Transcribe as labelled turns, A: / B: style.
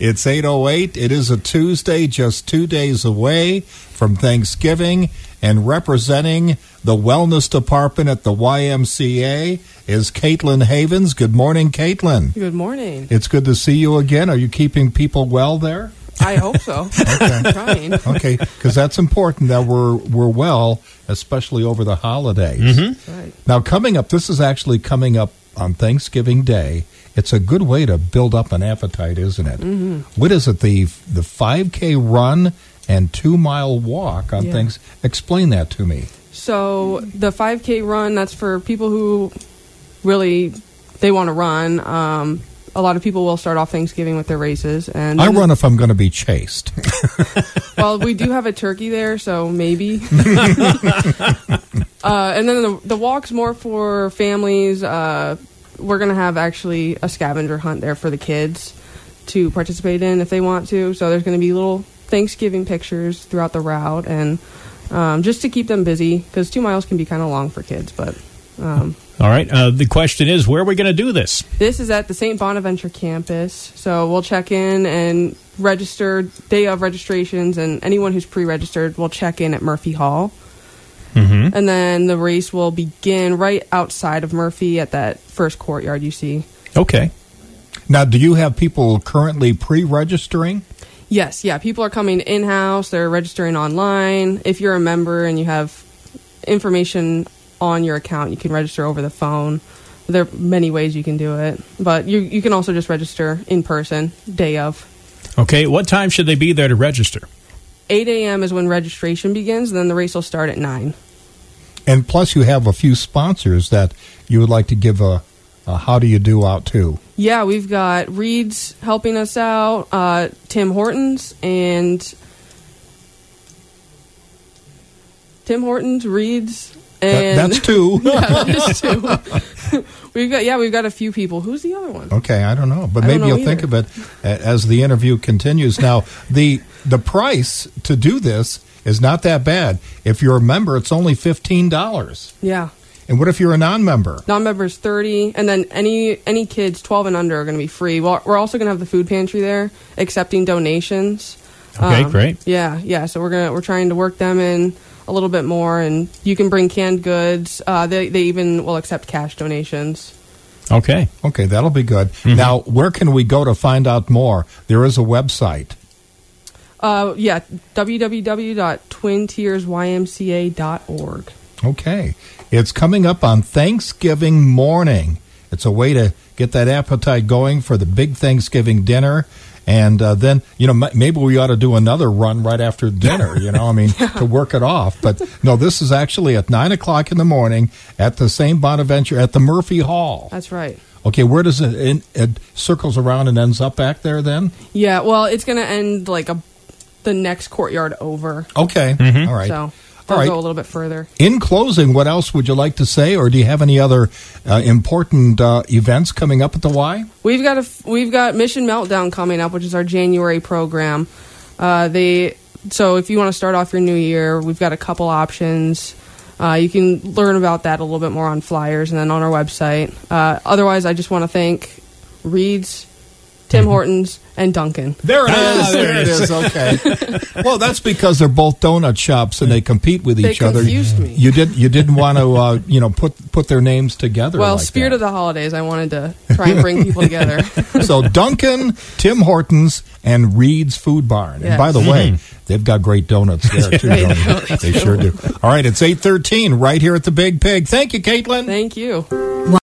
A: It's 808. It is a Tuesday, just two days away from Thanksgiving. And representing the Wellness Department at the YMCA is Caitlin Havens. Good morning, Caitlin.
B: Good morning.
A: It's good to see you again. Are you keeping people well there?
B: I hope so. I'm trying.
A: Okay, because that's important that we're we're well, especially over the holidays.
B: Right.
A: Now, coming up, this is actually coming up on Thanksgiving Day. It's a good way to build up an appetite, isn't it?
B: Mm-hmm.
A: What is it? The the five k run and two mile walk on
B: Yeah.
A: things. Explain that to me.
B: So the 5K run, that's for people who really they want to run. Um, a lot of people will start off Thanksgiving with their races, and
A: I run if I'm going to be chased.
B: Well, we do have a turkey there, so maybe. uh, and then the, the walk's more for families. Uh, we're going to have actually a scavenger hunt there for the kids to participate in if they want to. So there's going to be little Thanksgiving pictures throughout the route and um, just to keep them busy because two miles can be kind of long for kids. But um,
C: All right. Uh, the question is, where are we going to do this?
B: this is at the St. Bonaventure campus, so we'll check in and register day of registrations, and anyone who's pre-registered will check in at Murphy Hall, mm-hmm. and then the race will begin right outside of Murphy at that first courtyard you see.
C: Okay.
A: now, do you have people currently pre-registering?
B: Yes, yeah, people are coming in house. They're registering online. If you're a member and you have information on your account, you can register over the phone. There are many ways you can do it, but you you can also just register in person day of.
C: Okay. What time should they be there to register?
B: 8 a.m. is when registration begins, and then the race will start at 9.
A: And plus, you have a few sponsors that you would like to give a, a how do you do out to.
B: Yeah, we've got Reed's helping us out, uh, Tim Hortons, and Tim Hortons, Reed's,
A: That-
B: and
A: that's two.
B: Yeah, there's two. we've got yeah, we've got a few people. Who's the other one?
A: Okay, I don't know, but
B: I
A: maybe
B: don't know
A: you'll think of
B: either.
A: it a- as the interview continues. Now, the the price to do this is not that bad. If you're a member, it's only fifteen dollars.
B: Yeah,
A: And what if you're a non-member?
B: non-members 30, and then any any kids 12 and under are going to be free. Well, we're also going to have the food pantry there, accepting donations. Um,
C: Okay, great.
B: Yeah, yeah. So we're gonna we're trying to work them in a little bit more, and you can bring canned goods. Uh, they they even will accept cash donations.
C: Okay.
A: Okay, that'll be good. Now, where can we go to find out more? There is a website.
B: Uh, yeah, www.twintiersymca.org.
A: Okay, it's coming up on Thanksgiving morning. It's a way to get that appetite going for the big Thanksgiving dinner. And uh, then, you know, m- maybe we ought to do another run right after dinner, you know, I mean, to work it off. But no, this is actually at 9 o'clock in the morning at the same Bonaventure at the Murphy Hall.
B: That's right.
A: Okay, where does it, in, it circles around and ends up back there then?
B: Yeah. Well, it's gonna end like a the next courtyard over.
A: Okay, all right.
B: So
A: all
B: they'll
A: right.
B: go a little bit further.
A: In closing, what else would you like to say, or do you have any other uh, important uh, events coming up at the Y?
B: We've got a f- we've got Mission Meltdown coming up, which is our January program. Uh, they so if you want to start off your new year, we've got a couple options. Uh, you can learn about that a little bit more on flyers and then on our website. Uh, otherwise, I just want to thank Reeds,
A: Mm-hmm.
B: Tim Hortons, and Duncan.
A: There it is.
C: Ah, there
A: there
C: it
A: it is. Okay. well, that's because they're both donut shops and they compete with
B: They
A: each other.
B: confused me.
A: You didn't. You didn't want to. Uh, you know, put put their names together.
B: Well,
A: like
B: spirit
A: that.
B: of the holidays, I wanted to try and bring people together.
A: so Duncan, Tim Hortons, and Reed's Food Barn. And
B: Yes.
A: by the way,
C: Mm-hmm.
A: they've got great donuts there too.
B: They
A: don't they? they sure do. All right, it's eight thirteen right here at the Big Pig. Thank you, Caitlin.
B: Thank you.